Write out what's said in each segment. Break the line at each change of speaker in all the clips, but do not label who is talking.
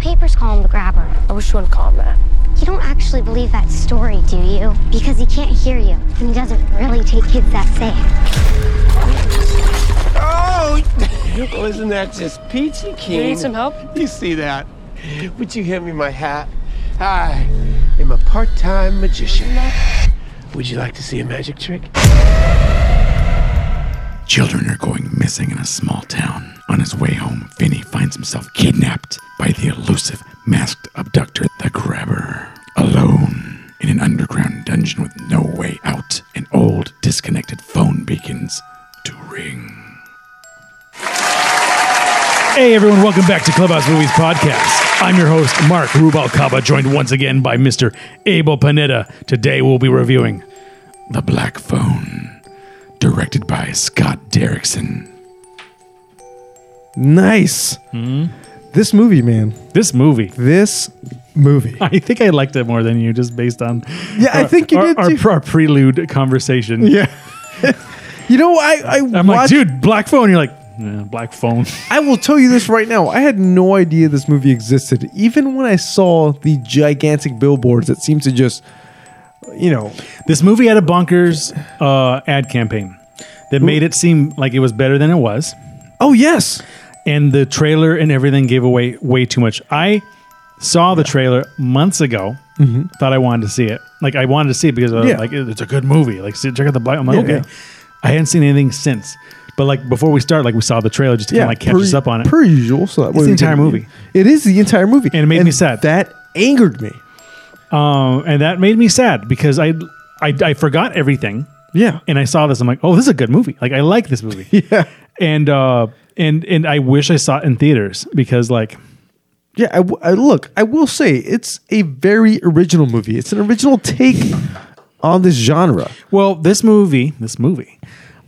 papers call him the grabber.
I wish you wouldn't call him that.
You don't actually believe that story, do you? Because he can't hear you, and he doesn't really take kids that safe.
Oh, isn't that just peachy keen?
You need some help?
You see that? Would you hand me my hat? I am a part-time magician. Would you like to see a magic trick?
Children are going missing in a small town. On his way home, Finney finds himself kidnapped by the elusive masked abductor, the Grabber. Alone in an underground dungeon with no way out, and old disconnected phone begins to ring.
Hey everyone, welcome back to Clubhouse Movies Podcast. I'm your host, Mark Rubalcaba, joined once again by Mr. Abel Panetta. Today we'll be reviewing
The Black Phone, directed by Scott Derrickson.
Nice.
Hmm?
This movie, man.
this movie.
This movie.
I think I liked it more than you, just based on
Yeah, I
our-
think you
our,
did
our,
too.
our prelude conversation.
Yeah. you know, I I
I'm like,
watched-
dude, black phone. You're like, "Nah, black phone.
I will tell you this right now. I had no idea this movie existed. Even when I saw the gigantic billboards that seemed to just, you know,
this movie had a bonkers uh, ad campaign that made it seem like it was better than it was.
oh yes,
and the trailer and everything gave away way too much. I saw the trailer months ago. Thought I wanted to see it. Like I wanted to see it because I was
Mm-hmm. Yeah.
like it's a good movie. Like see- check out the black. I'm like
Yeah,
okay.
yeah.
I hadn't seen anything since. But like before we start, like we saw the trailer just to
yeah,
kind of like catch us up on it.
per usual. So that
the
way we
entire
can-
movie.
It is the entire movie,
And it made me sad.
That angered me.
um, and that made me sad because I, I I forgot everything.
Yeah,
And I saw this. I'm like oh this is a good movie. Like I like this movie. yeah. And uh and and I wish I saw it in theaters because like
yeah. I, w- I- look, I will say it's a very original movie. It's an original take on this genre.
Well, this movie, this movie,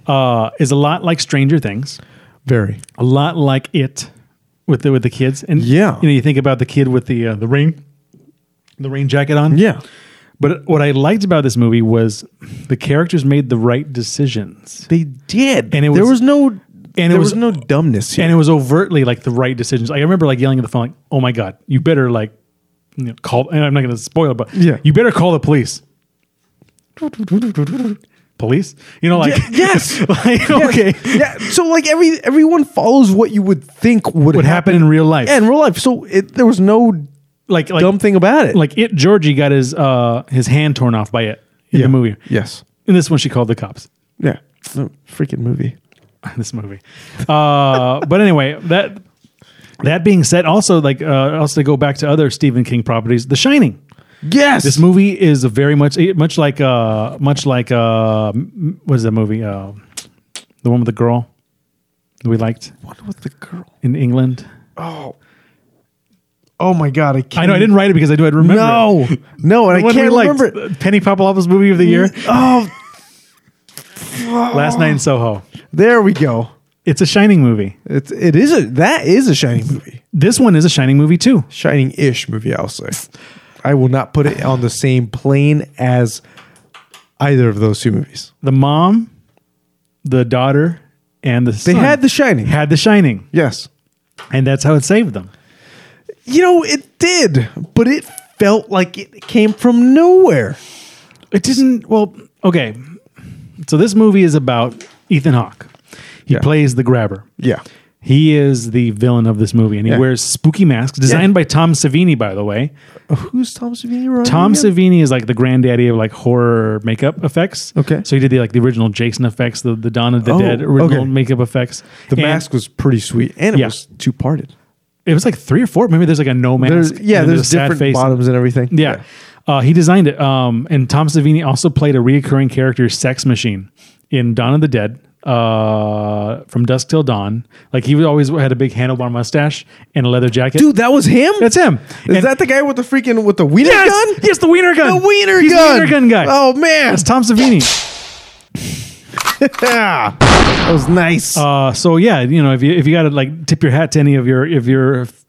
uh, is a lot like Stranger Things,
Very.
a lot like it with the with the kids, and
Yeah.
you know, you think about the kid with the uh, the rain, the rain jacket on,
Yeah.
But what I liked about this movie was the characters made the right decisions,
They did,
And it
there was
was-
no,
it
and there
was-
was, no dumbness here.
and it was overtly like the right decisions. Like, I remember like yelling at the phone, like, "Oh my god, you better like." You know, call and I'm not going to spoil, it, but
Yeah.
you better call the police. Police, you know, like
yes.
like, okay,
yeah. So like every everyone follows what you would think would,
Would happen in real life.
Yeah, in real life. So it, there was no
like like
dumb thing about it.
like it Georgie got his uh his hand torn off by it in
Yeah.
the movie.
Yes.
In this one she called the cops.
Yeah. No, freaking movie.
this movie. Uh but anyway, that that being said, also like uh also to go back to other Stephen King properties, The Shining.
Yes.
This movie is very much eh, much like uh much like uh m- what is that movie? Uh the one with the girl that we liked
What with the girl?
in England.
Oh my god! I can't.
I know I didn't write it because I do I'd remember.
No.
it.
No, and I
When we
can't
liked
remember it.
Penny Papaloupo's movie of the year,
Oh,
Last Night in Soho.
there we go.
It's a Shining movie.
It's it is a that is a shining movie,
This one is a Shining movie too.
shining ish movie. I'll say. I will not put it on the same plane as either of those two movies.
The mom, the daughter, and the
They had The Shining.
had the Shining,
Yes.
and that's how it saved them.
You know, it did, but it felt like it came from nowhere.
It didn't. Well, okay. So this movie is about Ethan Hawke. He
Yeah.
plays the grabber.
Yeah.
He is the villain of this movie, and he
Yeah.
wears spooky masks designed by Tom Savini, by the way.
Uh, Who's Tom Savini? running
Tom
again?
Savini is like the granddaddy of like horror makeup effects.
Okay.
so he did the like the original Jason effects, the the Dawn of the
Oh,
Dead original
okay.
makeup effects.
The
And
mask was pretty sweet, and it
Yeah.
was two parted.
It was like three or four. Maybe there's like a no mask.
There's
and
yeah,
then
there's,
a sad
different bottoms and everything.
Yeah. Uh, he designed it. Um, and Tom Savini also played a reoccurring character, Sex Machine, in Dawn of the Dead, uh, from Dusk Till Dawn. Like he would always had a big handlebar mustache and a leather jacket.
dude, that was him.
that's him.
Is
And-
that the guy with the freaking with the wiener
yes,
gun?
Yes, the wiener gun.
The wiener
He's
gun.
The wiener gun guy.
Oh man,
That's Tom Savini.
yeah. that was nice.
Uh, so yeah, you know, if you if you got to like tip your hat to any of your if your f-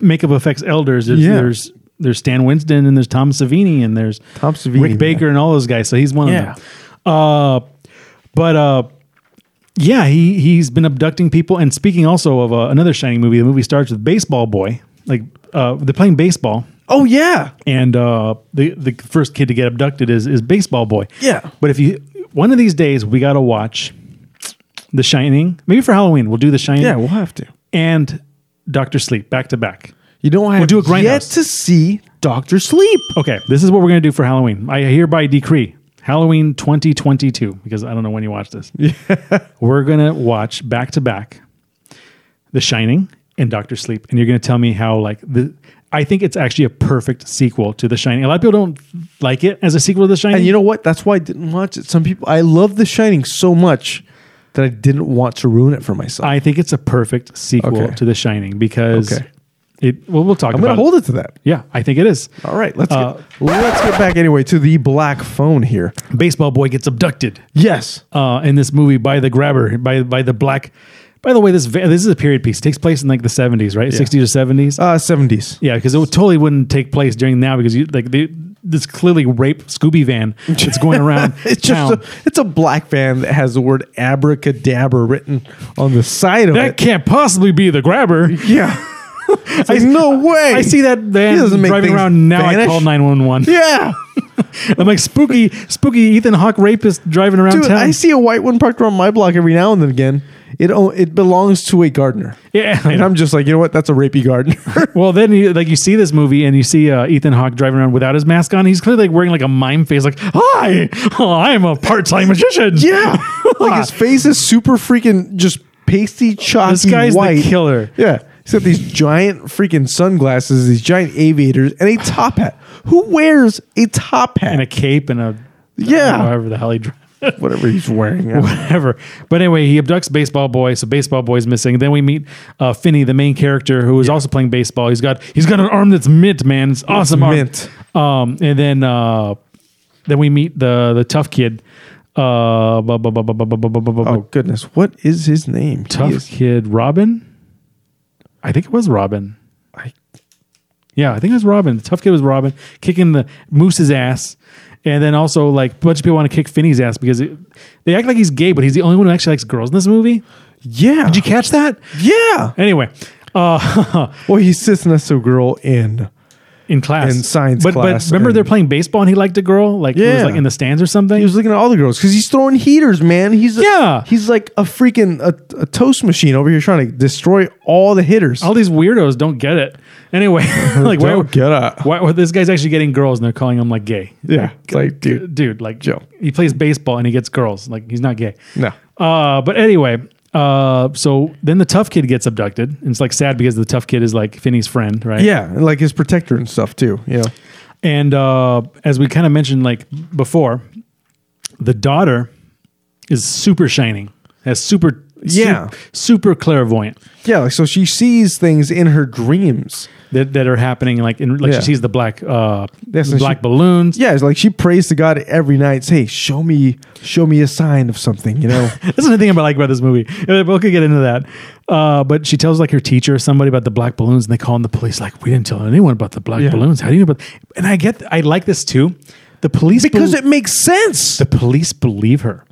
makeup effects elders, there's,
Yeah.
there's there's Stan Winston and there's Tom Savini and there's
Tom Savini,
Rick
man.
Baker and all those guys. So he's one
Yeah.
of them. Uh, but uh, yeah, he he's been abducting people and speaking also of uh, another shining movie. The movie starts with Baseball Boy, like uh, they're playing baseball,
Oh yeah,
and uh, the the first kid to get abducted is is baseball boy.
Yeah.
But if you one of these days we got to watch The Shining, maybe for Halloween we'll do The Shining.
yeah. We'll have to.
and Doctor Sleep back to back.
You don't have
do a grindhouse.
yet to see Doctor Sleep.
Okay, this is what we're gonna do for Halloween. I hereby decree Halloween 2022 because I don't know when you watch this. We're gonna watch back to back The Shining and Doctor Sleep, and you're gonna tell me how like the. I think it's actually a perfect sequel to The Shining. A lot of people don't like it as a sequel to The Shining.
And you know what? That's why I didn't watch it. Some people, I love The Shining so much that I didn't want to ruin it for myself. I,
I think it's a perfect sequel
Okay.
to The Shining because
Okay.
it. Well, we'll talk.
am going
about
to hold it to that.
Yeah, I think it is.
All right, let's
Uh,
get, let's get back anyway to the black phone here.
Baseball boy gets abducted.
Yes,
uh, in this movie by the grabber by by the black. By the way, this va- this is a period piece. It takes place in like the seventies, right? Sixties or seventies.
uh, 70s.
yeah, because it would- totally wouldn't take place during now because you like the, this clearly rape Scooby van that's going around
It's
town.
just a, it's a black van that has the word abracadabra written on the side of
that
it.
can't possibly be the grabber.
Yeah, It's like, no way.
I see that van
He doesn't make
driving
things
around now. I
vanish.
call nine one one.
Yeah,
I'm like spooky, spooky Ethan Hawke rapist driving around
dude,
town.
I see a white one parked around my block every now and then. Again, it o- it belongs to a gardener.
Yeah, I
And
know.
I'm just like, you know what? That's a rapey gardener.
Well, then you like you see this movie and you see uh, Ethan Hawke driving around without his mask on. He's clearly like wearing like a mime face, like "Hi, oh, I'm a part-time magician."
Yeah. like his face is super freaking just pasty, chalky
this guy's
white.
the killer.
Yeah. He's got these giant freaking sunglasses, these giant aviators, and a top hat. Who wears a top hat?
And a cape and a
Yeah.
however the hell he drives.
Whatever he's wearing. yeah.
Whatever. But anyway, he abducts Baseball Boy, so Baseball Boy's missing. Then we meet uh, Finney, the main character, who is also playing baseball. He's got he's got an arm that's mint, man. It's awesome arm.
mint.
Um, and then uh, then we meet the the tough kid. Uh, bu- bu- bu- bu- bu- bu- bu- bu- bu-
Oh goodness, what is his name? He
Tough
is-
Kid Robin. I think it was Robin.
I-
Yeah, I think it was Robin. The tough kid was Robin kicking the moose's ass, and then also like a bunch of people want to kick Finney's ass because it, they act like he's gay, but he's the only one who actually likes girls in this movie.
yeah.
Did you catch that?
yeah.
Anyway, uh,
Well, he sits next to a girl in.
in class,
In science
but,
class
But remember, they're
and-
playing baseball, and he liked a girl, like who was
Yeah.
like in the stands or something.
He was looking at all the girls because he's throwing heaters, man. He's a-
Yeah.
He's like a freaking a, a toast machine over here trying to destroy all the hitters.
all these weirdos don't get it. Anyway, like why,
Don't get it.
why well, this guy's actually getting girls and they're calling him like gay?
yeah, it's like dude,
dude like
Joe.
he plays baseball and he gets girls like he's not gay
No.
uh but anyway uh so then the tough kid gets abducted and it's like sad because the tough kid is like finney's friend right
Yeah, and like his protector and stuff too. Yeah.
and uh as we kind of mentioned like before the daughter is super shining has super su-
Yeah.
super clairvoyant
Yeah, like so she sees things in her dreams.
that, that are happening like in like
Yeah.
she sees the black uh
Yes,
the
and
black
she-
balloons
Yeah, it's like she prays to God every night, say, Show me show me a sign of something, you know?
That's another thing I like about this movie. Uh, We'll get into that. Uh, but she tells like her teacher or somebody about the black balloons, and they call in the police. Like, we didn't tell anyone about the black
Yeah.
balloons. How do you know about? And I get, I like this too. The police
because
bel-
it makes sense.
the police believe her.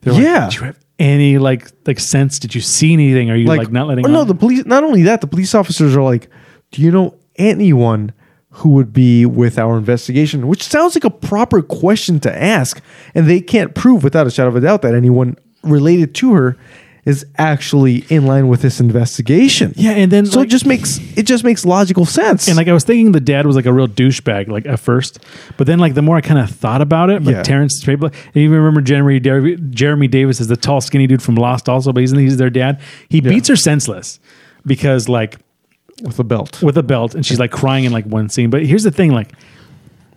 They're like,
Yeah.
Did you have any like like sense? Did you see anything? Are you like, not letting?
oh, no,
on?
the police not only that, the police officers are like, Do you know anyone who would be with our investigation? Which sounds like a proper question to ask. And they can't prove without a shadow of a doubt that anyone related to her is actually in line with this investigation.
yeah, and then
So
like-
it just makes it just makes logical sense.
And like I was thinking, the dad was like a real douchebag, like at first. But then, like the more I kind of thought about it, like
Yeah.
Terrence Trable, and you remember Jeremy Dar- Jeremy Davis is the tall, skinny dude from Lost, also, but he's he's their dad. He beats her senseless because like
with a belt.
with a belt, and she's like crying in like one scene. But here's the thing, like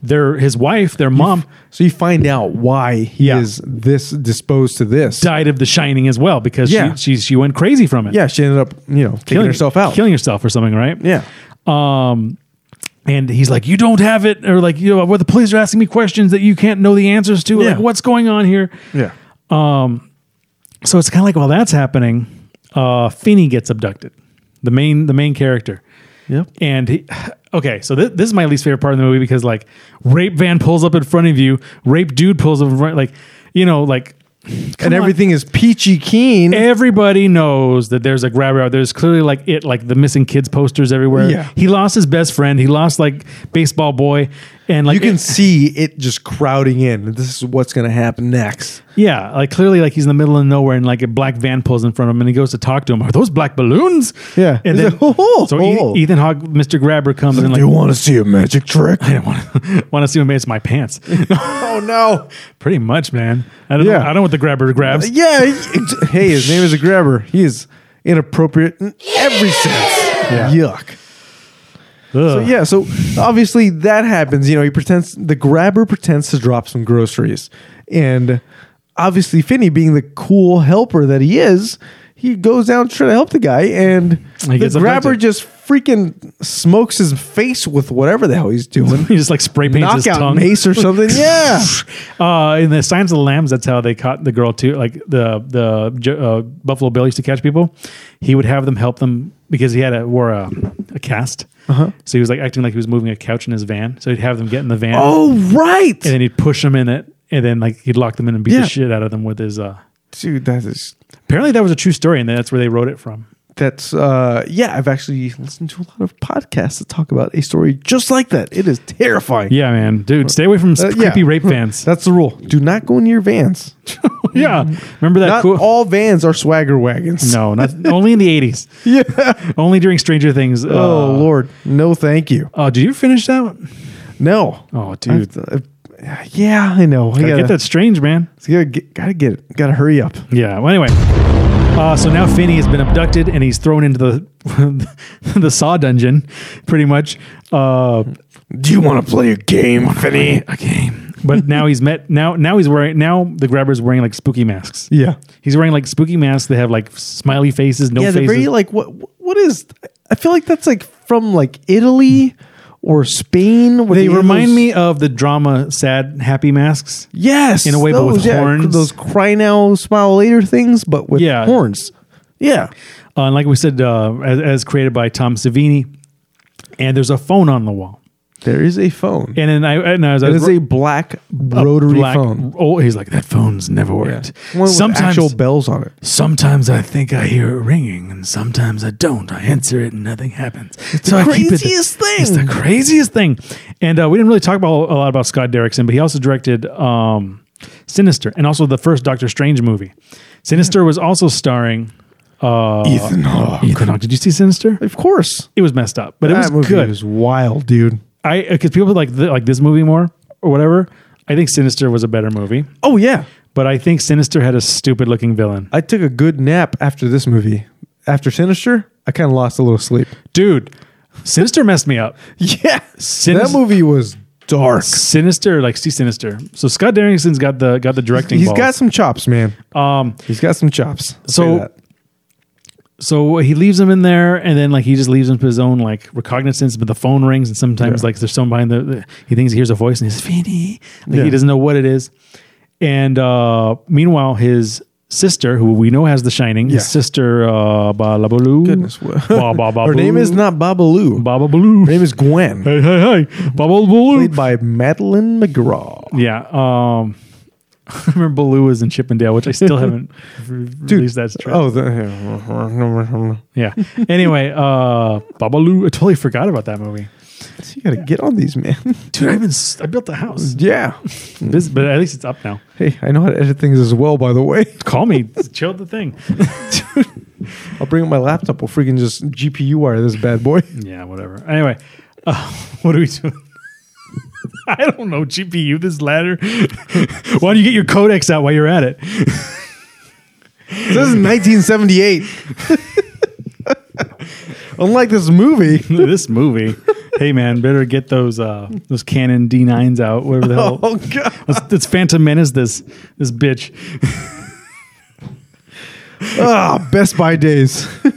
their his wife, their mom.
So you find out why he
Yeah.
is this disposed to this.
Died of the shining as well because
Yeah.
she, she she went crazy from it.
Yeah, she ended up, you know, taking herself out.
killing herself or something, right?
Yeah.
Um, and he's like, "You don't have it," or like, "You know, well, the police are asking me questions that you can't know the answers to. Like,
Yeah.
what's going on here?"
Yeah.
So it's kind of like while that's happening, uh, Finney gets abducted, the main the main character.
Yep.
And he, okay, so thi- this is my least favorite part of the movie because like, rape van pulls up in front of you, rape dude pulls up in front, like, you know, like
and
on.
everything is peachy keen.
Everybody knows that there's a grabber out there. There's clearly like it, like the missing kids posters everywhere.
Yeah.
He lost his best friend. He lost like baseball boy, and like
you can
it-
see it just crowding in. This is what's going to happen next.
yeah, like clearly like he's in the middle of nowhere, and like a black van pulls in front of him, and he goes to talk to him. Are those black balloons?
Yeah.
and
He's
then
like, "Oh, "Ho, ho,
so
ho."
E- Ethan Hawke, Mr. Grabber comes and like
want to see a magic trick?
I don't want want to see him it's my pants.
oh no!
Pretty much, man. I don't know,
Yeah.
I don't know what the grabber grabs.
Yeah. he- ex- hey, his name is a grabber. He is inappropriate in every sense. Yuck. So,
Ugh.
yeah, so obviously that happens. You know, he pretends the grabber pretends to drop some groceries, and obviously Finney, being the cool helper that he is, he goes down to try to help the guy, and
He
the
gets
grabber
offensive.
just freaking smokes his face with whatever the hell he's doing.
He just like spray paints his
Knockout
tongue.
mace or something. yeah.
uh, in the Signs of the Lambs, that's how they caught the girl too. Like the the Jo- uh, Buffalo Bill used to catch people. He would have them help them because he had a wore a, a cast.
Uh-huh.
So he was like acting like he was moving a couch in his van. So he'd have them get in the van,
Oh right,
and then he'd push them in it, and then like he'd lock them in and beat
Yeah.
the shit out of them with his. Uh,
dude. That is
apparently, that was a true story, and that's where they wrote it from.
that's uh yeah. I've actually listened to a lot of podcasts that talk about a story just like that. It is terrifying.
Yeah, man, dude, stay away from
Uh, yeah.
creepy rape vans.
That's the rule. Do not go near vans.
yeah, remember that?
Not
cool-
all vans are swagger wagons.
no, not only in the eighties.
Yeah.
Only during Stranger Things.
oh
uh,
Lord. No, thank you.
Oh, did you finish that one?
No.
Oh, dude.
I- I- yeah, I know. I
I
gotta,
get that strange, man.
gotta get, gotta get it. Gotta hurry up.
Yeah. Well, anyway. Uh, so now Finney has been abducted and he's thrown into the the saw dungeon, pretty much. Uh,
Do you want to play a game, Finny?
A game.
but now he's met now now he's wearing now the grabber's wearing like spooky masks.
Yeah.
He's wearing like spooky masks that have like smiley faces, no
yeah. They're
faces.
very like what? What is? I feel like that's like from like Italy or Spain. where
they
had
remind
those-
me of the drama sad happy masks.
Yes,
in a way, but with
yeah,
horns.
Those cry now, smile later things, but with
Yeah.
horns. Yeah.
Uh, and like we said, uh, as, as created by Tom Savini. And there's a phone on the wall.
There is a phone.
And then I and as I
It
was
is a black rotary
black-
phone.
Oh, he's like that phone's never worked.
One with
Sometimes-
actual bells on it.
Sometimes I think I hear it ringing, and sometimes I don't. I answer it, and nothing happens. It's so I keep it-
craziest thing.
It's the
craziest thing. And uh, we didn't really talk about a lot about Scott Derrickson, but he also directed um, Sinister and also the first Doctor Strange movie. Sinister was also starring uh,
Ethan Hawke.
Ethan Hawke. Did you see Sinister?
Of course.
It was messed up, but it was
that movie
good.
was wild, dude.
I because people like th- like this movie more or whatever. I think Sinister was a better movie,
Oh yeah.
but I think Sinister had a stupid looking villain.
I took a good nap after this movie. After Sinister, I kind of lost a little sleep.
Dude, Sinister messed me up.
Yeah.
Sinis-
that movie was dark.
Sinister, like see Sinister. So Scott Derrickson's got the got the directing.
He's
balls.
got some chops, man.
Um,
He's got some chops. I'll
So-
say that.
so he leaves him in there, and then like he just leaves him to his own like recognizance. But the phone rings, and sometimes like there's someone behind the, the- He thinks he hears a voice, and he says Feeny. Like, He
Yeah.
doesn't know what it is. And uh, meanwhile, his sister, who we know has The Shining,
Yeah.
his sister uh, Babalu.
Goodness, what-
Ba- ba- ba-
her name
boo.
is not Babalu. her
Babalu.
name is Gwen,
Hey hey hey, Babalu.
played by Madeline McGraw.
Yeah. Um, I remember Baloo was in Chippendale, which I still haven't re- released that track.
Oh, the,
Yeah. Anyway, uh, Babaloo. I totally forgot about that movie.
you gotta get on these, man.
Dude, I even s- I built the house.
yeah.
This, but at least it's up now.
Hey, I know how to edit things as well, by the way.
Call me. Chill the thing.
I'll bring up my laptop. We'll freaking just GPU wire this bad boy.
Yeah, whatever. Anyway, uh, what are we doing? I don't know. GPU, this ladder. Why don't you get your codex out while you're at it?
this is 1978. Unlike this movie.
this movie. Hey, man, better get those uh, those Canon D9s out, whatever the hell.
Oh god.
It's, it's Phantom Menace. This this bitch.
Ah, Best Buy days.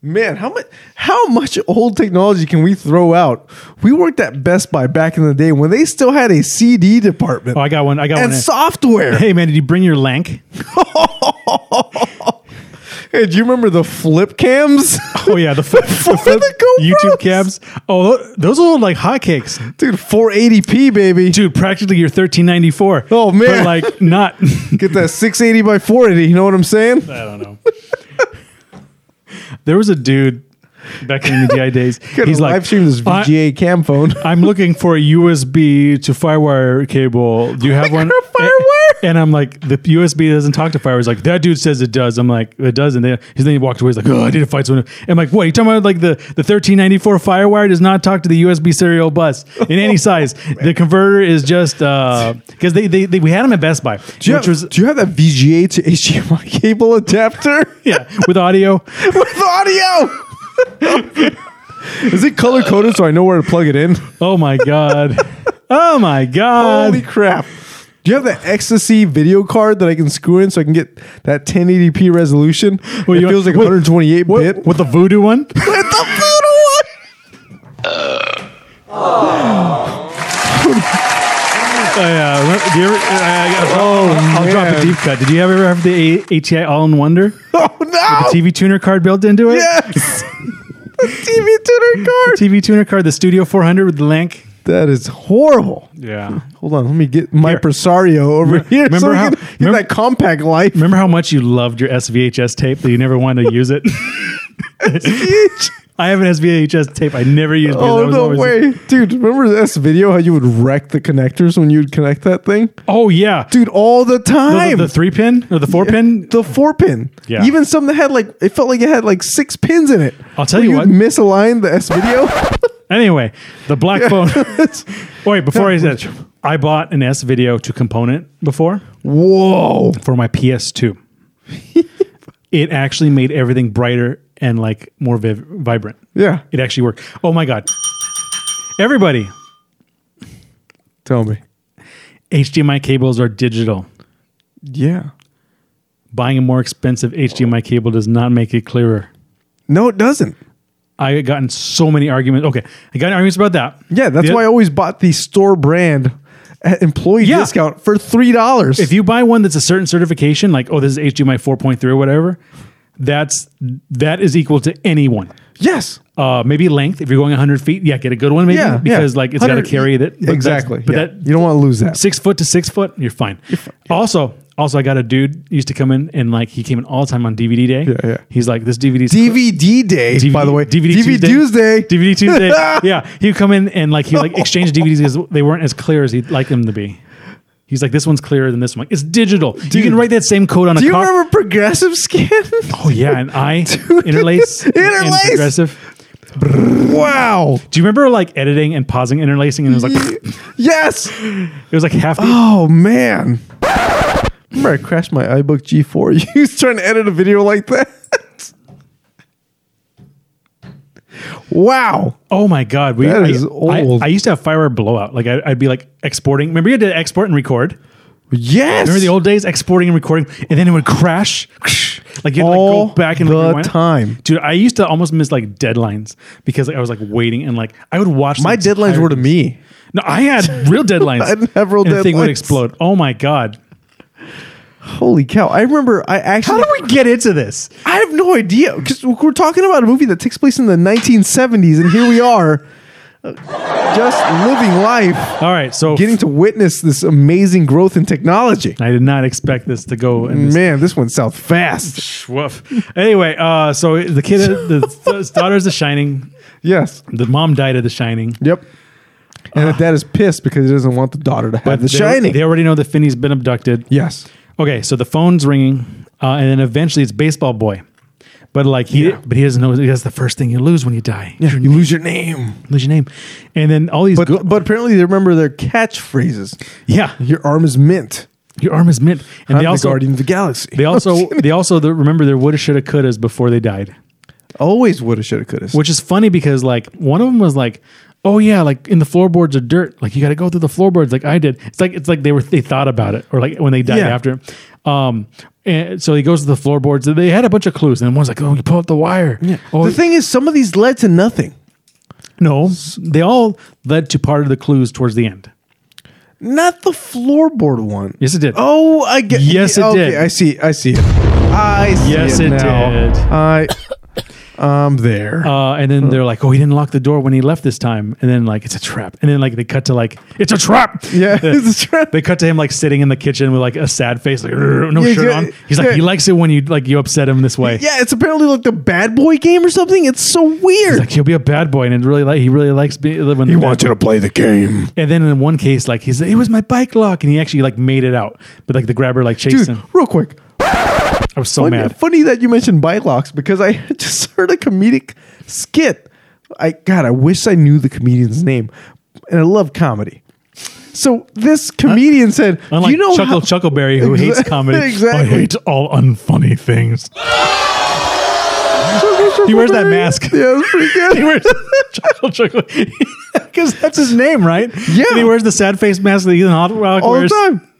Man, how much how much old technology can we throw out? We worked at Best Buy back in the day when they still had a CD department
Oh, I got one. I got
and
one.
software.
hey, man, did you bring your lank?
Hey, do you remember the flip cams?
Oh yeah, the, flip, the flip
the
YouTube
GoPros.
cabs. Oh, tho- those are like hotcakes,
Dude, 480p, baby.
dude. Practically your thirteen ninety four.
Oh, man.
but like not.
Get that 680 by 480. You know what I'm saying?
I don't know. there was a dude back in the VGI days.
Could
he's
live
like,
stream this
"I-
VGA cam phone.
I'm looking for a USB to FireWire cable. Do you have one?
got a Oh FireWire?
And, I'm like, the USB doesn't talk to FireWire. He's like, that dude says it does. I'm like, it doesn't. Then- His then he walked away. He's like, oh, I need to fight someone. And I'm like, what? You talking about like the the 1394 FireWire does not talk to the USB serial bus in
Oh,
any size. The converter is just because they, they they we had them at Best Buy,
Do you,
which
have,
was
do you have that VGA to HDMI cable adapter
yeah with audio.
with audio? Is it color coded so I know where to plug it in?
Oh my god. Oh my god.
Holy crap. Do you have the ecstasy video card that I can screw in so I can get that 1080p resolution?
Well,
it
you-
feels like
what-
128 bit.
What, what the voodoo one?
With the voodoo
Oh, yeah. Remember- do you ever- uh, I- I- I'll, I'll drop
Oh, man.
a deep cut. Did you ever have the A- ATI All in Wonder
one. Oh no!
TV tuner card built into it?
Yes, the TV tuner card.
TV tuner card, the Studio 400 with the link.
That is horrible.
Yeah.
Hold on, let me get my
Here.
presario over here.
remember
so we
how-
can get
remember-
that compact life.
Remember how much you loved your SVHS tape that you never wanted to use it? I have an SVHS tape I never used. because I
oh
was
no
always-
way, dude! Remember this video? How you would wreck the connectors when you would connect that thing,
Oh yeah,
dude, all the
The,
time.
the three pin or the four pin?
the four pin.
Yeah.
Even some that had like it felt like it had like six pins in it.
I'll tell
When
you
you'd
what.
Misalign the S video.
Anyway, the black phone. Oh, Wait, before I said, I bought an S video to component before.
Whoa!
for my PS2. it actually made everything brighter and like more viv- vibrant.
Yeah.
It actually worked. Oh my god. Everybody,
Tell me.
HDMI cables are digital.
Yeah.
Buying a more expensive HDMI cable does not make it clearer.
No, it doesn't.
I had gotten so many arguments. Okay, I got arguments about that.
Yeah, that's
The-
why I always bought the store brand at employee
Yeah.
discount for three dollars.
if you buy one that's a certain certification, like oh, this is HDMI 4.3 or whatever, that's that is equal to anyone.
yes,
Uh, maybe length. If you're going 100 feet, yeah, get a good one. Maybe
yeah,
because
yeah.
like it's got to
100
carry that. but
exactly.
that's- But
yeah.
that
you don't want to lose that.
six foot to six foot, you're fine. Also, also, I got a dude used to come in and like he came in all the time on DVD day.
Yeah, yeah.
He's like this DVD's
DVD day,
DVD
by the way.
DVD, Tuesday,
Tuesday.
DVD Tuesday. yeah, he'd come in and like he like exchange DVDs because they weren't as clear as he'd like them to be. He's like, this one's clearer than this one. Like, it's digital. you can write that same code on
Do
a
you
car.
remember progressive scan?
oh yeah, and I interlace, and
Interlace!
progressive.
wow.
Do you remember like editing and pausing, interlacing, and it was like
Yes.
it was like half. The,
Oh man. Remember I crashed my iBook G4. You was trying to edit a video like that. wow.
Oh my god, we
That
I-
is
I,
old.
I, used to have firewire blowout. Like I, I'd be like exporting. Remember you had to export and record.
Yes.
Remember the old days, exporting and recording, and then it would crash. Like you had to
All
like go back and
the
rewind.
time.
dude. I used to almost miss like deadlines because like, I was like waiting and like I would watch.
My
the
deadlines
entire-
were to me.
No, I had real deadlines.
I didn't have real
and The thing would
deadlines.
explode. Oh my god!
Holy cow! I remember. I actually.
How do we get into this?
I have no idea because we're talking about a movie that takes place in the 1970s, and here we are, uh, just living life,
All right, so
getting to witness this amazing growth in technology.
I did not expect this to go. In this
Man, this went south fast.
Woof. Anyway, uh, so the kid, the his daughter's The Shining.
Yes.
The mom died of The Shining.
Yep. And the dad is pissed because he doesn't want the daughter to have the
they,
shining.
They already know that Finney's been abducted.
yes.
Okay, so the phone's ringing, uh, and then eventually it's Baseball Boy, but like he, but he doesn't know that's the first thing you lose when you die. Your-
You lose your name.
lose your name, and then all these.
But
go-
but apparently they remember their catchphrases.
yeah,
Your arm is mint.
your arm is mint,
I'm
and they
the
also
guardian of the galaxy.
they also they also the, remember their woulda shoulda couldas before they died.
always woulda, shoulda, coulda.
which is funny because like one of them was like oh yeah like in the floorboards are dirt like you got to go through the floorboards like i did it's like it's like they were they thought about it or like when they died
Yeah.
after um and so he goes to the floorboards they had a bunch of clues and one's like oh you pull out the wire yeah. oh
the thing is, some of these led to nothing.
no they all led to part of the clues towards the end
Not the floorboard one.
Yes, it did.
Oh, I get.
Yes, it
okay,
did.
I see. I see it. I see
Yes,
it,
it
now.
did.
I, I'm there.
Uh, and then they're like, "Oh, he didn't lock the door when he left this time." And then like, it's a trap. And then like, they cut to like, it's a trap.
yeah, it's a trap.
They cut to him like sitting in the kitchen with like a sad face, like "Rrr, no
Yeah,
shirt
yeah,
on. He's like,
yeah.
he likes it when you like you upset him this way.
Yeah, it's apparently like the bad boy game or something. It's so weird.
Like he'll be a bad boy, and it really like he really likes being. When
you want you to play the game,
And then in one case, like he's it was my bike lock, and he actually like made it out, but like the grabber like chased
dude.
him.
Real quick,
I was so
funny,
mad.
funny that you mentioned bike locks because I just heard a comedic skit. I God, I wish I knew the comedian's name, and I love comedy. So this comedian said,
Unlike E.
"You know how,
Chuckle Chuckleberry, who hates
Exactly-
comedy, I
exactly.
hate all unfunny things. He wears that mask.
Yeah, that's pretty
He
good.
wears Chuckle Chuckle because that's his name, right?
Yeah.
And he wears the sad face mask that Ethan Hawke
all the
wears.
time.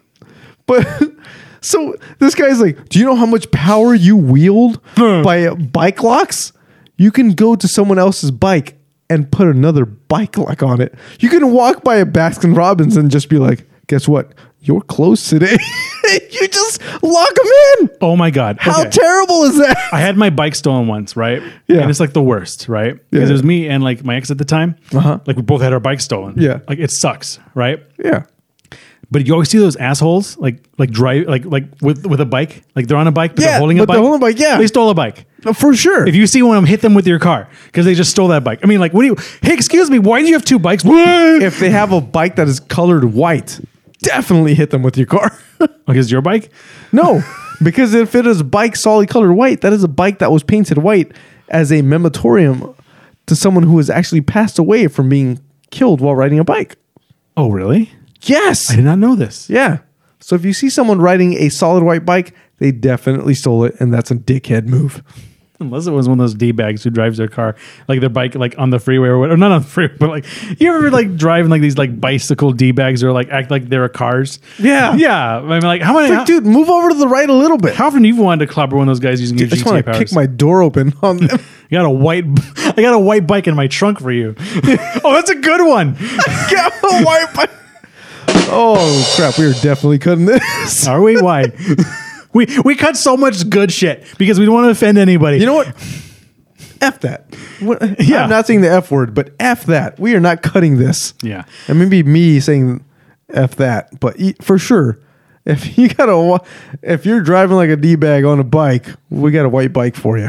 But so this guy's like, "Do you know how much power you wield by bike locks? You can go to someone else's bike and put another bike lock on it. You can walk by a Baskin Robbins and just be like, "Guess what? You're closed today." you just lock them in.
Oh my god!
How
Okay.
terrible is that?
I had my bike stolen once, right?
Yeah.
And it's like the worst, right? Because
Yeah.
it was me and like my ex at the time.
Uh-huh.
Like we both had our bike stolen.
Yeah.
Like it sucks, right?
yeah.
But you always see those assholes like like drive like like with with a bike. Like they're on a bike, but
Yeah,
they're holding a
but
bike.
they're holding a bike, yeah.
They stole a bike.
For sure.
If you see one of them, hit them with your car because they just stole that bike. I mean, like, what do you? Hey, excuse me, why do you have two bikes? What?
if they have a bike that is colored white, definitely hit them with your car.
Like, is your bike?
No, because if it is a bike solid colored white, that is a bike that was painted white as a mematorium to someone who has actually passed away from being killed while riding a bike.
Oh, really? I
Yes.
did not know this.
Yeah. So if you see someone riding a solid white bike, they definitely stole it, and that's a dickhead move.
Unless it was one of those d bags who drives their car, like their bike, like on the freeway or whatever. Not on the freeway, but like you ever like driving like these like bicycle d bags or like act like they're cars.
Yeah.
yeah. I mean, like how many?
Like,
how,
dude, move over to the right a little bit.
how often you've wanted to clobber one of those guys using
I
your
just want
GTA
to
powers?
kick my door open on them.
I got a white. I got a white bike in my trunk for you. oh, that's a good one.
Get a white bike. Oh crap! We are definitely cutting this.
Are we? Why? we we cut so much good shit because we don't want to offend anybody.
You know what? F that. What-
Yeah.
I'm not saying the F word, but F that. We are not cutting this.
Yeah.
And maybe me saying F that, but e- for sure, if you got a, wa- if you're driving like a D bag on a bike, we got a white bike for you.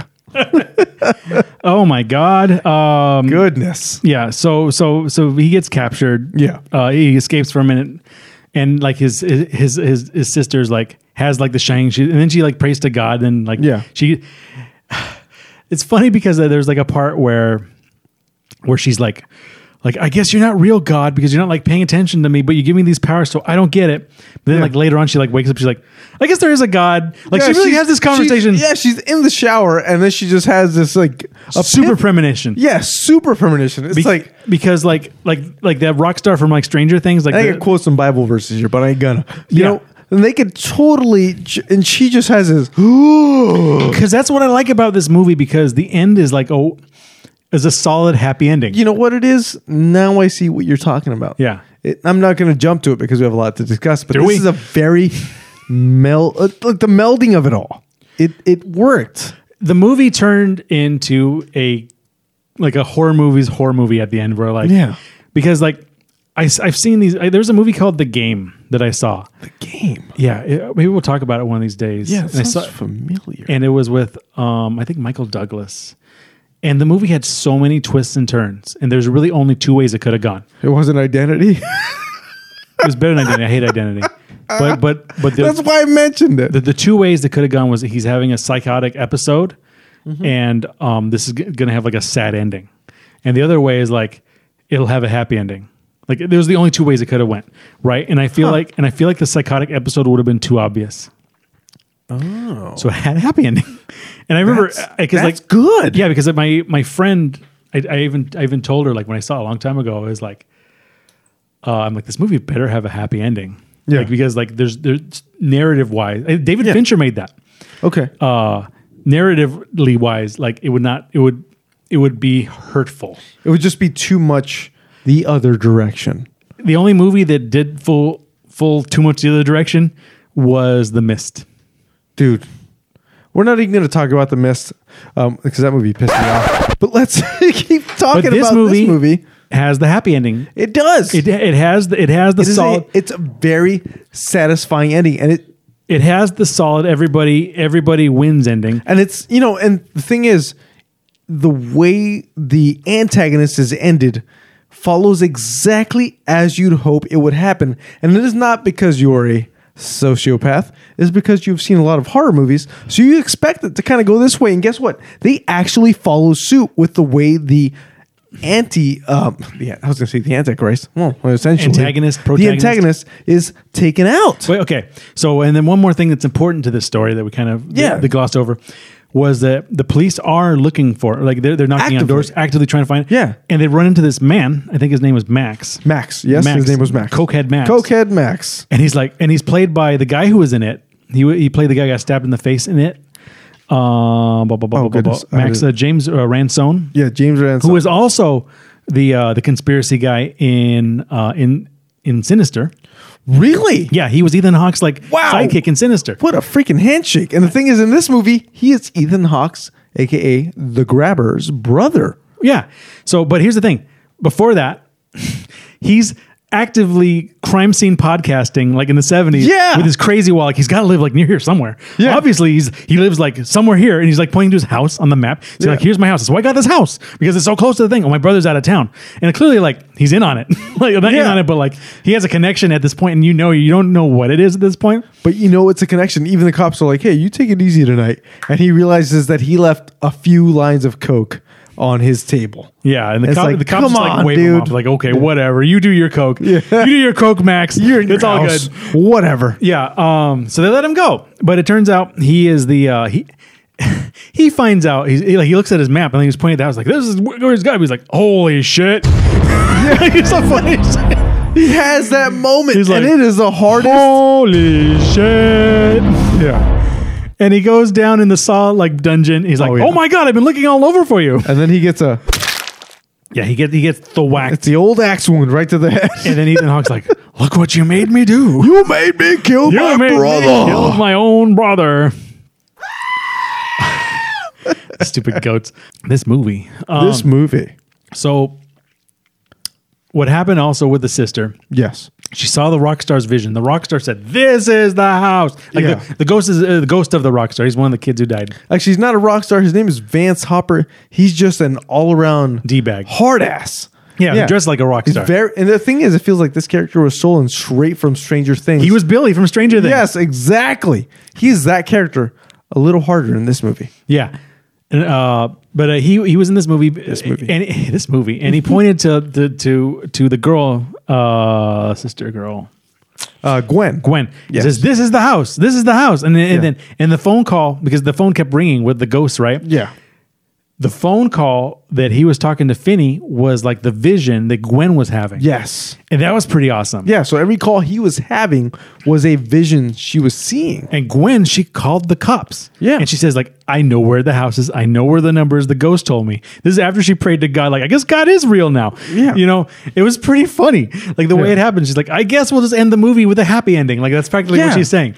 Oh my god. Um,
Goodness.
yeah. So so so he gets captured.
Yeah.
Uh, he escapes for a minute, and like his his his his sister's like has like the shining. She and then she like prays to God. And like
Yeah.
she. It's funny because uh, there's like a part where where she's like like i guess you're not real god because you're not like paying attention to me but you give me these powers so i don't get it but then like later on she like wakes up she's like i guess there is a god like she
Yeah,
really
she's-
has this
she's-
conversation
yeah, she's in the shower, and then she just has this like a
super premonition
yeah, super premonition. It's
Be-
like
because like like like that rock star from like stranger things like
I
the-
could quote some Bible verses here, but I ain't gonna. You
Yeah.
know, and they could totally. j- And she just has this.
because that's what I like about this movie because the end is like oh is a solid happy ending.
you know what it is? Now I see what you're talking about.
Yeah.
It, I'm not going to jump to it because we have a lot to discuss, but
Do
this
we?
is a very mel uh, like the melding of it all. It it worked.
the movie turned into a like a horror movie's horror movie at the end where like
Yeah.
because like I, have seen these I, there's a movie called The Game that I saw.
The game.
Yeah, it- maybe we'll talk about it one of these days.
Yeah,
and
it
I
sounds
saw
familiar.
and it was with um I think Michael Douglas. And the movie had so many twists and turns, and there's really only two ways it could have gone.
It wasn't identity.
It was better than identity. I hate identity, but but but the,
That's why I mentioned it.
the, the two ways that could have gone was that he's having a psychotic episode
Mm-hmm.
and um, this is g- gonna have like a sad ending and the other way is like it'll have a happy ending like there's the only two ways it could have went right and i feel like and i feel like the psychotic episode would have been too obvious oh so it had a happy ending and i remember
That's-
because
that's
like
good.
yeah because my my friend I, I even i even told her like when i saw it a long time ago i was like uh, I'm like, this movie better have a happy ending.
Yeah.
Like, because like there's there's narrative wise, David Fincher made that.
Okay.
Uh, narratively wise, like it would not, it would, it would be hurtful.
it would just be too much the other direction.
the only movie that did full full too much the other direction was The Mist.
dude. We're not even going to talk about the mist um, because that movie pissed me off. But let's keep talking
But this
about
movie,
this movie.
has the happy ending.
It does.
It it has the, it has the
It is
solid
a, it's a very satisfying ending, and it
it has the solid everybody everybody wins ending.
and it's you know, and the thing is, the way the antagonist is ended follows exactly as you'd hope it would happen, and it is not because you are a sociopath; it's because you've seen a lot of horror movies, so you expect it to kind of go this way. And guess what? They actually follow suit with the way the anti um yeah i was gonna say the antichrist well essentially
Antagonist,
the
protagonist.
antagonist is taken out
Wait, okay. So, and then one more thing that's important to this story that we kind of
Yeah.
that, that glossed over was that the police are looking for like they're they're knocking on
Actively.
doors, actively trying to find.
Yeah.
and they run into this man. I think his name was Max.
Max. Yes,
Max.
his name was Max.
Cokehead Max.
Cokehead Max.
and he's like, and he's played by the guy who was in it. He he played the guy who got stabbed in the face in it. Uh, blah, blah, blah,
Oh,
blah, blah, blah.
goodness. I
Max uh,
didn't-
James uh, Ransone,
Yeah, James Ransom.
who was also the uh, the conspiracy guy in uh, in in Sinister.
really?
Yeah, he was Ethan Hawke's like
Wow.
sidekick in Sinister.
What a freaking handshake! And the thing is, in this movie, he is Ethan Hawke's, aka the Grabber's brother.
Yeah. So, but here's the thing. Before that, he's actively crime scene podcasting, like in the seventies.
Yeah.
With his crazy wall, like he's got to live like near here somewhere.
Yeah.
Obviously, he's he lives like somewhere here, and he's like pointing to his house on the map. He's like,
Yeah.
"Here's my house." So I got this house because it's so close to the thing. Oh, my brother's out of town, and clearly, like he's in on it. like not in
Yeah.
on it, but like he has a connection at this point, and you know, you don't know what it is at this point.
But you know, it's a connection. Even the cops are like, "Hey, you take it easy tonight," and he realizes that he left a few lines of coke on his table.
Yeah, and the,
It's
cop,
like,
the cops
come
just like
on,
wave him
dude.
off, like okay, whatever, you do your coke,
Yeah.
you do your coke, Max.
You're in
it's
your
all
house.
good.
Whatever.
Yeah. Um. So they let him go, but it turns out he is the uh, he. He finds out he's, he like he looks at his map and he was pointing that. I was like, "This is where he's got." to be." He's like, "Holy shit!" He's so funny.
He has that moment,
He's
and
like, "Oh."
it is the hardest.
Holy shit!
Yeah.
And he goes down in the saw like dungeon. He's like, "Oh,
Oh, yeah.
my god, I've been looking all over for you."
And then he gets a.
Yeah, he gets he gets the
It's
whack,
the old axe wound right to the head.
and then Ethan Hawke's like, "Look what you made me do!
you made me kill
You made me kill my own brother." Stupid goats. This movie. Um,
this movie.
So, what happened also with the sister?
Yes.
She saw the rock star's vision. The rock star said, "This is the house." Like
Yeah.
the, the ghost is uh, the ghost of the rock star. He's one of the kids who died.
Actually, he's not a rock star. His name is Vance Hopper. He's just an all around
D-bag.
hard ass.
Yeah, he dressed like a rock
He's
star.
very, and the thing is, it feels like this character was stolen straight from Stranger Things.
He was Billy from Stranger Things.
yes, exactly. He's that character. A little harder in this movie.
Yeah. And, uh, but uh, he he was in this movie, this
movie.
and this movie, and he pointed to the to to the girl, uh, sister girl,
Uh, Gwen.
Gwen. He
Yes.
says, "This is the house. This is the house." And then, and
Yeah.
then and the phone call because the phone kept ringing with the ghost, right?
Yeah.
the phone call that he was talking to Finney was like the vision that Gwen was having.
Yes.
And that was pretty awesome.
Yeah. So every call he was having was a vision she was seeing.
And Gwen, she called the cops.
Yeah.
And she says, like, I know where the house is. I know where the number is. The ghost told me. This is after she prayed to God, like, I guess God is real now.
Yeah.
You know, it was pretty funny. Like the way
Yeah.
it happened. She's like, I guess we'll just end the movie with a happy ending. Like that's practically what
Yeah.
she's saying.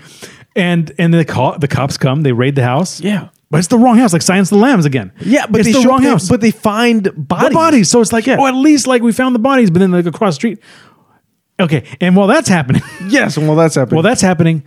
And and the call the cops come, they raid the house.
Yeah.
But it's the wrong house, like Science of the Lambs again.
Yeah, but
it's
they
the
show-
wrong
they-
house.
But they find bodies.
the bodies. So it's like,
Yeah.
oh, at least like we found the bodies, but then like across the street. Okay, and while that's happening,
yes. Well, that's happening.
while that's happening,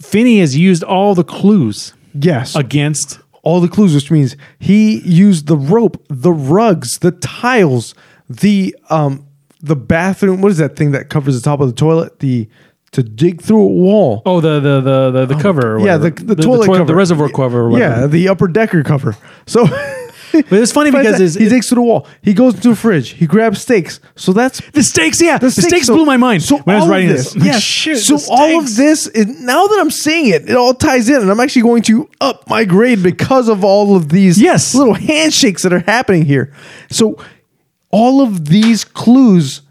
Finney has used all the clues
yes.
against.
all the clues, which means he used the rope, the rugs, the tiles, the um, the bathroom. What is that thing that covers the top of the toilet? The to dig through a wall.
Oh, the the the the, the cover. Or
yeah,
whatever.
the, the, toilet cover,
the reservoir cover. Or whatever.
yeah, the upper decker cover. So.
But it's funny because it's-
he digs through the wall. He goes into the fridge. He grabs steaks. So that's
the stakes. Yeah, the, stakes,
so-
blew my mind
So
when I was
all of
writing this. I'm like,
yes.
shit,
so
the
all
stakes.
of this, is, now that I'm seeing it, it all ties in, and I'm actually going to up my grade because of all of these
Yes.
little handshakes that are happening here. So all of these clues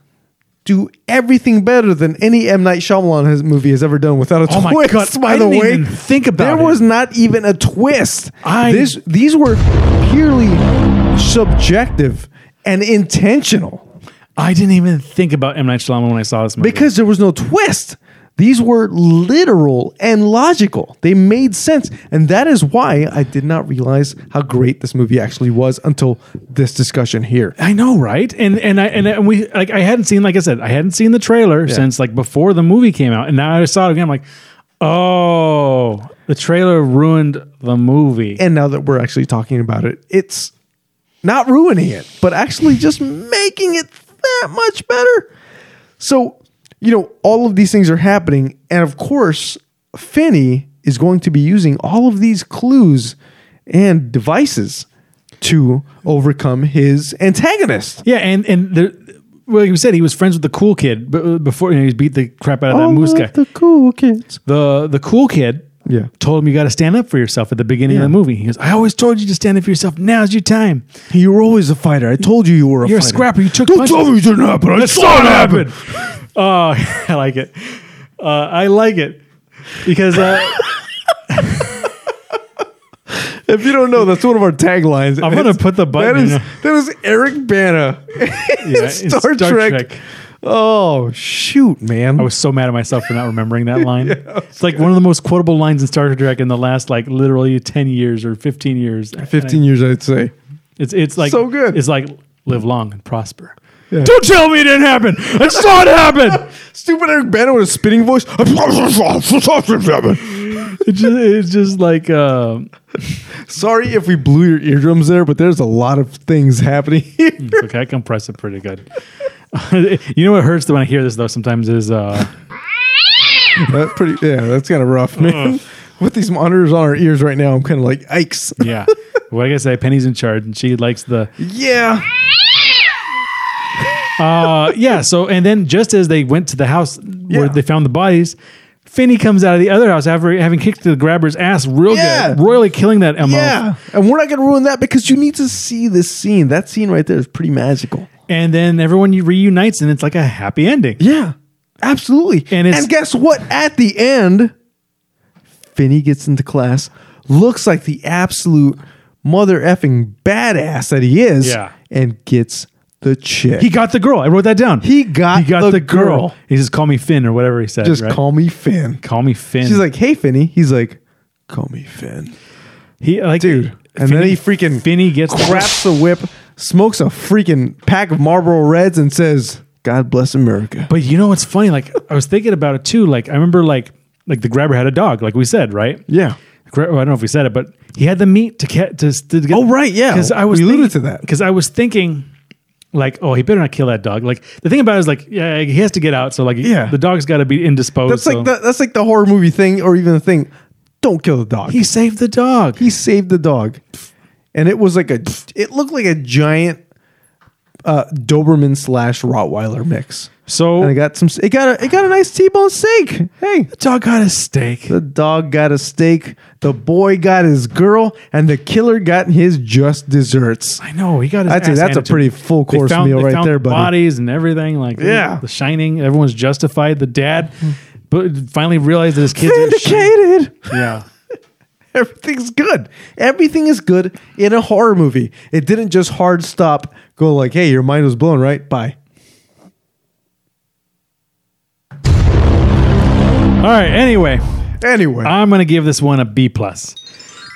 do everything better than any M Night Shyamalan has, movie has ever done without a
Oh my
twist.
God,
By
I
the
didn't
way,
even think about
there
it.
was not even a twist.
I-
this these were purely subjective and intentional.
I didn't even think about M Night Shyamalan when I saw this movie
because there was no twist. These were literal and logical. They made sense. And that is why I did not realize how great this movie actually was until this discussion here.
I know, right? And and I and, and we like I hadn't seen like I said I hadn't seen the trailer since like before the movie came out, and now I saw it again. I'm like, oh, the trailer ruined the movie.
And now that we're actually talking about it, it's not ruining it, but actually just making it that much better. So, you know, all of these things are happening. And of course, Finney is going to be using all of these clues and devices to overcome his antagonist.
yeah, and and the well, like you said, he was friends with the cool kid b- before you know, he beat the crap out of that moose guy.
Oh, The cool kids.
the the cool kid
Yeah.
told him you got to stand up for yourself at the beginning
Yeah.
of the movie. He goes, "I always told you to stand up for yourself. Now's your time.
You were always a fighter. I told you you were a
You're a
fighter.
scrapper. You took
Don't
punches."
tell me it didn't happen. I saw it happen.
Oh, I like it. Uh, I like it because uh,
If you don't know, that's one of our taglines.
I'm gonna put the
That
button.
is
in.
that is Eric Bana
Yeah,
in
it's
Star, Trek. Oh shoot, man!
I was so mad at myself for not remembering that line. it's like one of the most quotable lines in Star Trek in the last like literally ten years or fifteen years.
fifteen years, I'd say.
It's it's like
So good.
It's like live long and prosper.
Yeah.
Don't tell me it didn't happen. I saw it happen.
Stupid Eric Bana with a spitting voice.
It's just, it's just like uh,
Sorry if we blew your eardrums there, but there's a lot of things happening here.
it's okay. I compress it pretty good. you know what hurts when I hear this though? Sometimes is uh,
That's pretty. Yeah, that's kind of rough, man. With these monitors on our ears right now, I'm kind of like, "Ikes."
yeah. Well, like I say, Penny's in charge and she likes the
Yeah.
uh, yeah. So and then just as they went to the house where
Yeah.
they found the bodies. Finney comes out of the other house after having kicked the grabber's ass real
Yeah.
good, royally killing that MO.
Yeah, and we're not going to ruin that because you need to see this scene. That scene right there is pretty magical.
And then everyone reunites and it's like a happy ending.
Yeah, absolutely. And,
And it's-
guess what? At the end, Finney gets into class, looks like the absolute mother effing badass that he is,
Yeah.
and gets the chick.
He got the girl. I wrote that down.
He got the girl.
He says, "Call me Finn" or whatever he said.
just
right?
call me Finn.
call me Finn.
She's like, "Hey, Finney." He's like, "Call me Finn."
he like
dude. And then he freaking
Finny gets
Wraps the whip, smokes a freaking pack of Marlboro Reds, and says, "God bless America."
But you know what's funny? Like I was thinking about it too. Like I remember like like the grabber had a dog, like we said, right?
yeah.
Gra- well, I don't know if we said it, but he had the meat to get to, to get.
Oh, right, yeah.
Because I was
We alluded
thinking-
to that.
Because I was thinking. Like oh he better not kill that dog like the thing about it is like yeah he has to get out so like
Yeah.
the dog's got to be indisposed
That's
so-
like the, that's like the horror movie thing, or even the thing. Don't kill the dog.
he saved the dog
he saved the dog, and it was like a. It looked like a giant uh, Doberman slash Rottweiler mix.
so
And it got some. It got a. It got a nice T-bone steak. Hey,
dog got a steak
the dog got a steak. The boy got his girl, and the killer got his just desserts.
I know he got. His
I'd say
ass
that's a
handed to
pretty
him.
full
They
course
found-
meal
they
right
found
there,
the
buddy.
Bodies and everything, like
Yeah.
the Shining. Everyone's justified. The dad, but finally realized that his kids. are shi-
Vindicated.
Yeah,
Everything's good. Everything is good in a horror movie. It didn't just hard stop, go like, hey, your mind was blown, right? Bye.
All right. Anyway,
Anyway.
I'm gonna give this one a B plus.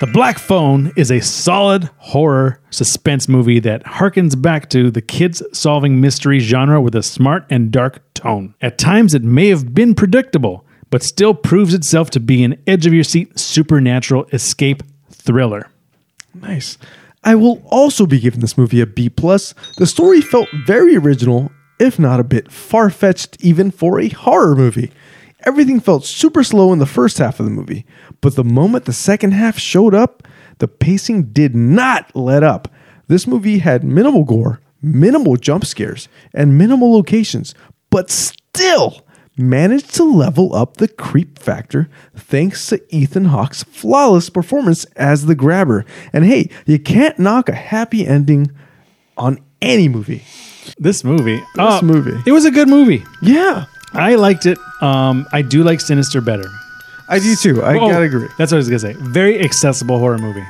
The Black Phone is a solid horror suspense movie that harkens back to the kids solving mystery genre with a smart and dark tone. At times, it may have been predictable, but still proves itself to be an edge of your seat supernatural escape thriller.
Nice. I will also be giving this movie a B plus. The story felt very original, if not a bit far fetched, even for a horror movie. Everything felt super slow in the first half of the movie, but the moment the second half showed up, the pacing did not let up. This movie had minimal gore, minimal jump scares, and minimal locations, but still managed to level up the creep factor thanks to Ethan Hawke's flawless performance as the grabber. And hey, you can't knock a happy ending on any movie.
This movie. This
movie.
It was a good movie.
Yeah,
I liked it. Um, I do like Sinister better.
I do too. I
Oh,
gotta agree.
That's what I was gonna say. Very accessible horror movie.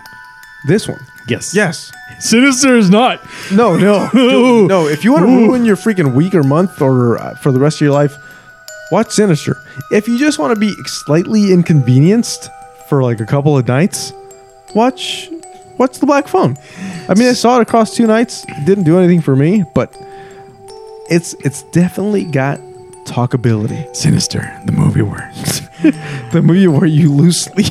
This one.
Yes.
Yes.
Sinister is not.
No, no. Dude, no, if you want to
Ooh.
ruin your freaking week or month or uh, for the rest of your life, watch Sinister. If you just want to be slightly inconvenienced for like a couple of nights, watch watch The Black Phone. I mean, I saw it across two nights, didn't do anything for me, but it's it's definitely got talkability.
Sinister, the movie where
The movie where you lose sleep.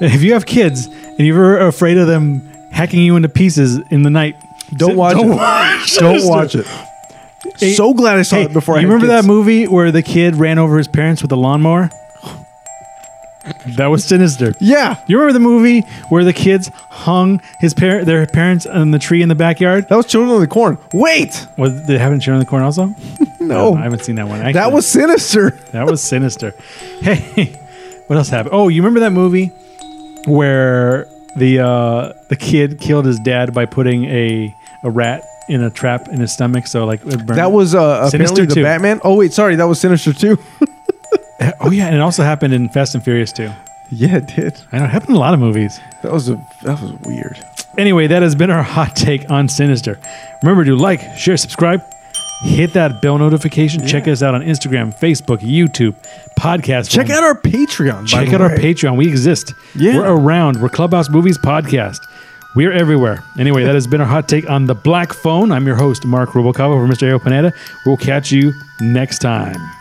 If you have kids and you're afraid of them hacking you into pieces in the night,
Don't watch
don't
it.
watch
Don't
Sinister.
watch it.
Hey-
so glad I saw
Hey,
it before I
you
had
remember
kids.
that movie where the kid ran over his parents with a lawnmower? That was sinister.
Yeah.
You remember the movie where the kids hung his parent, their parents, on the tree in the backyard?
That was Children of the Corn. Wait.
Was they having children in the corn also?
No.
I haven't seen that one.
Oh. that
Actually,
was sinister.
that was sinister. Hey, what else happened? Oh, you remember that movie where the uh, the kid killed his dad by putting a a rat in a trap in his stomach? So like it burned-
That was uh,
Sinister
apparently the
two.
Batman. Oh wait, sorry, that was Sinister too.
Oh yeah, and it also happened in Fast and Furious too.
yeah, it did.
I know it happened in a lot of movies.
That was a that was weird.
Anyway, that has been our hot take on Sinister. Remember to like, share, subscribe, hit that bell notification. Check us out on Instagram, Facebook, YouTube, podcast.
Check out our Patreon. by
check
the
out our
way.
Patreon. We exist.
Yeah.
We're around. We're Clubhouse Movies Podcast. We're everywhere. Anyway, that has been our hot take on the Black Phone. I'm your host, Mark Rubalcava for Mr. Ayo Panetta. We'll catch you next time.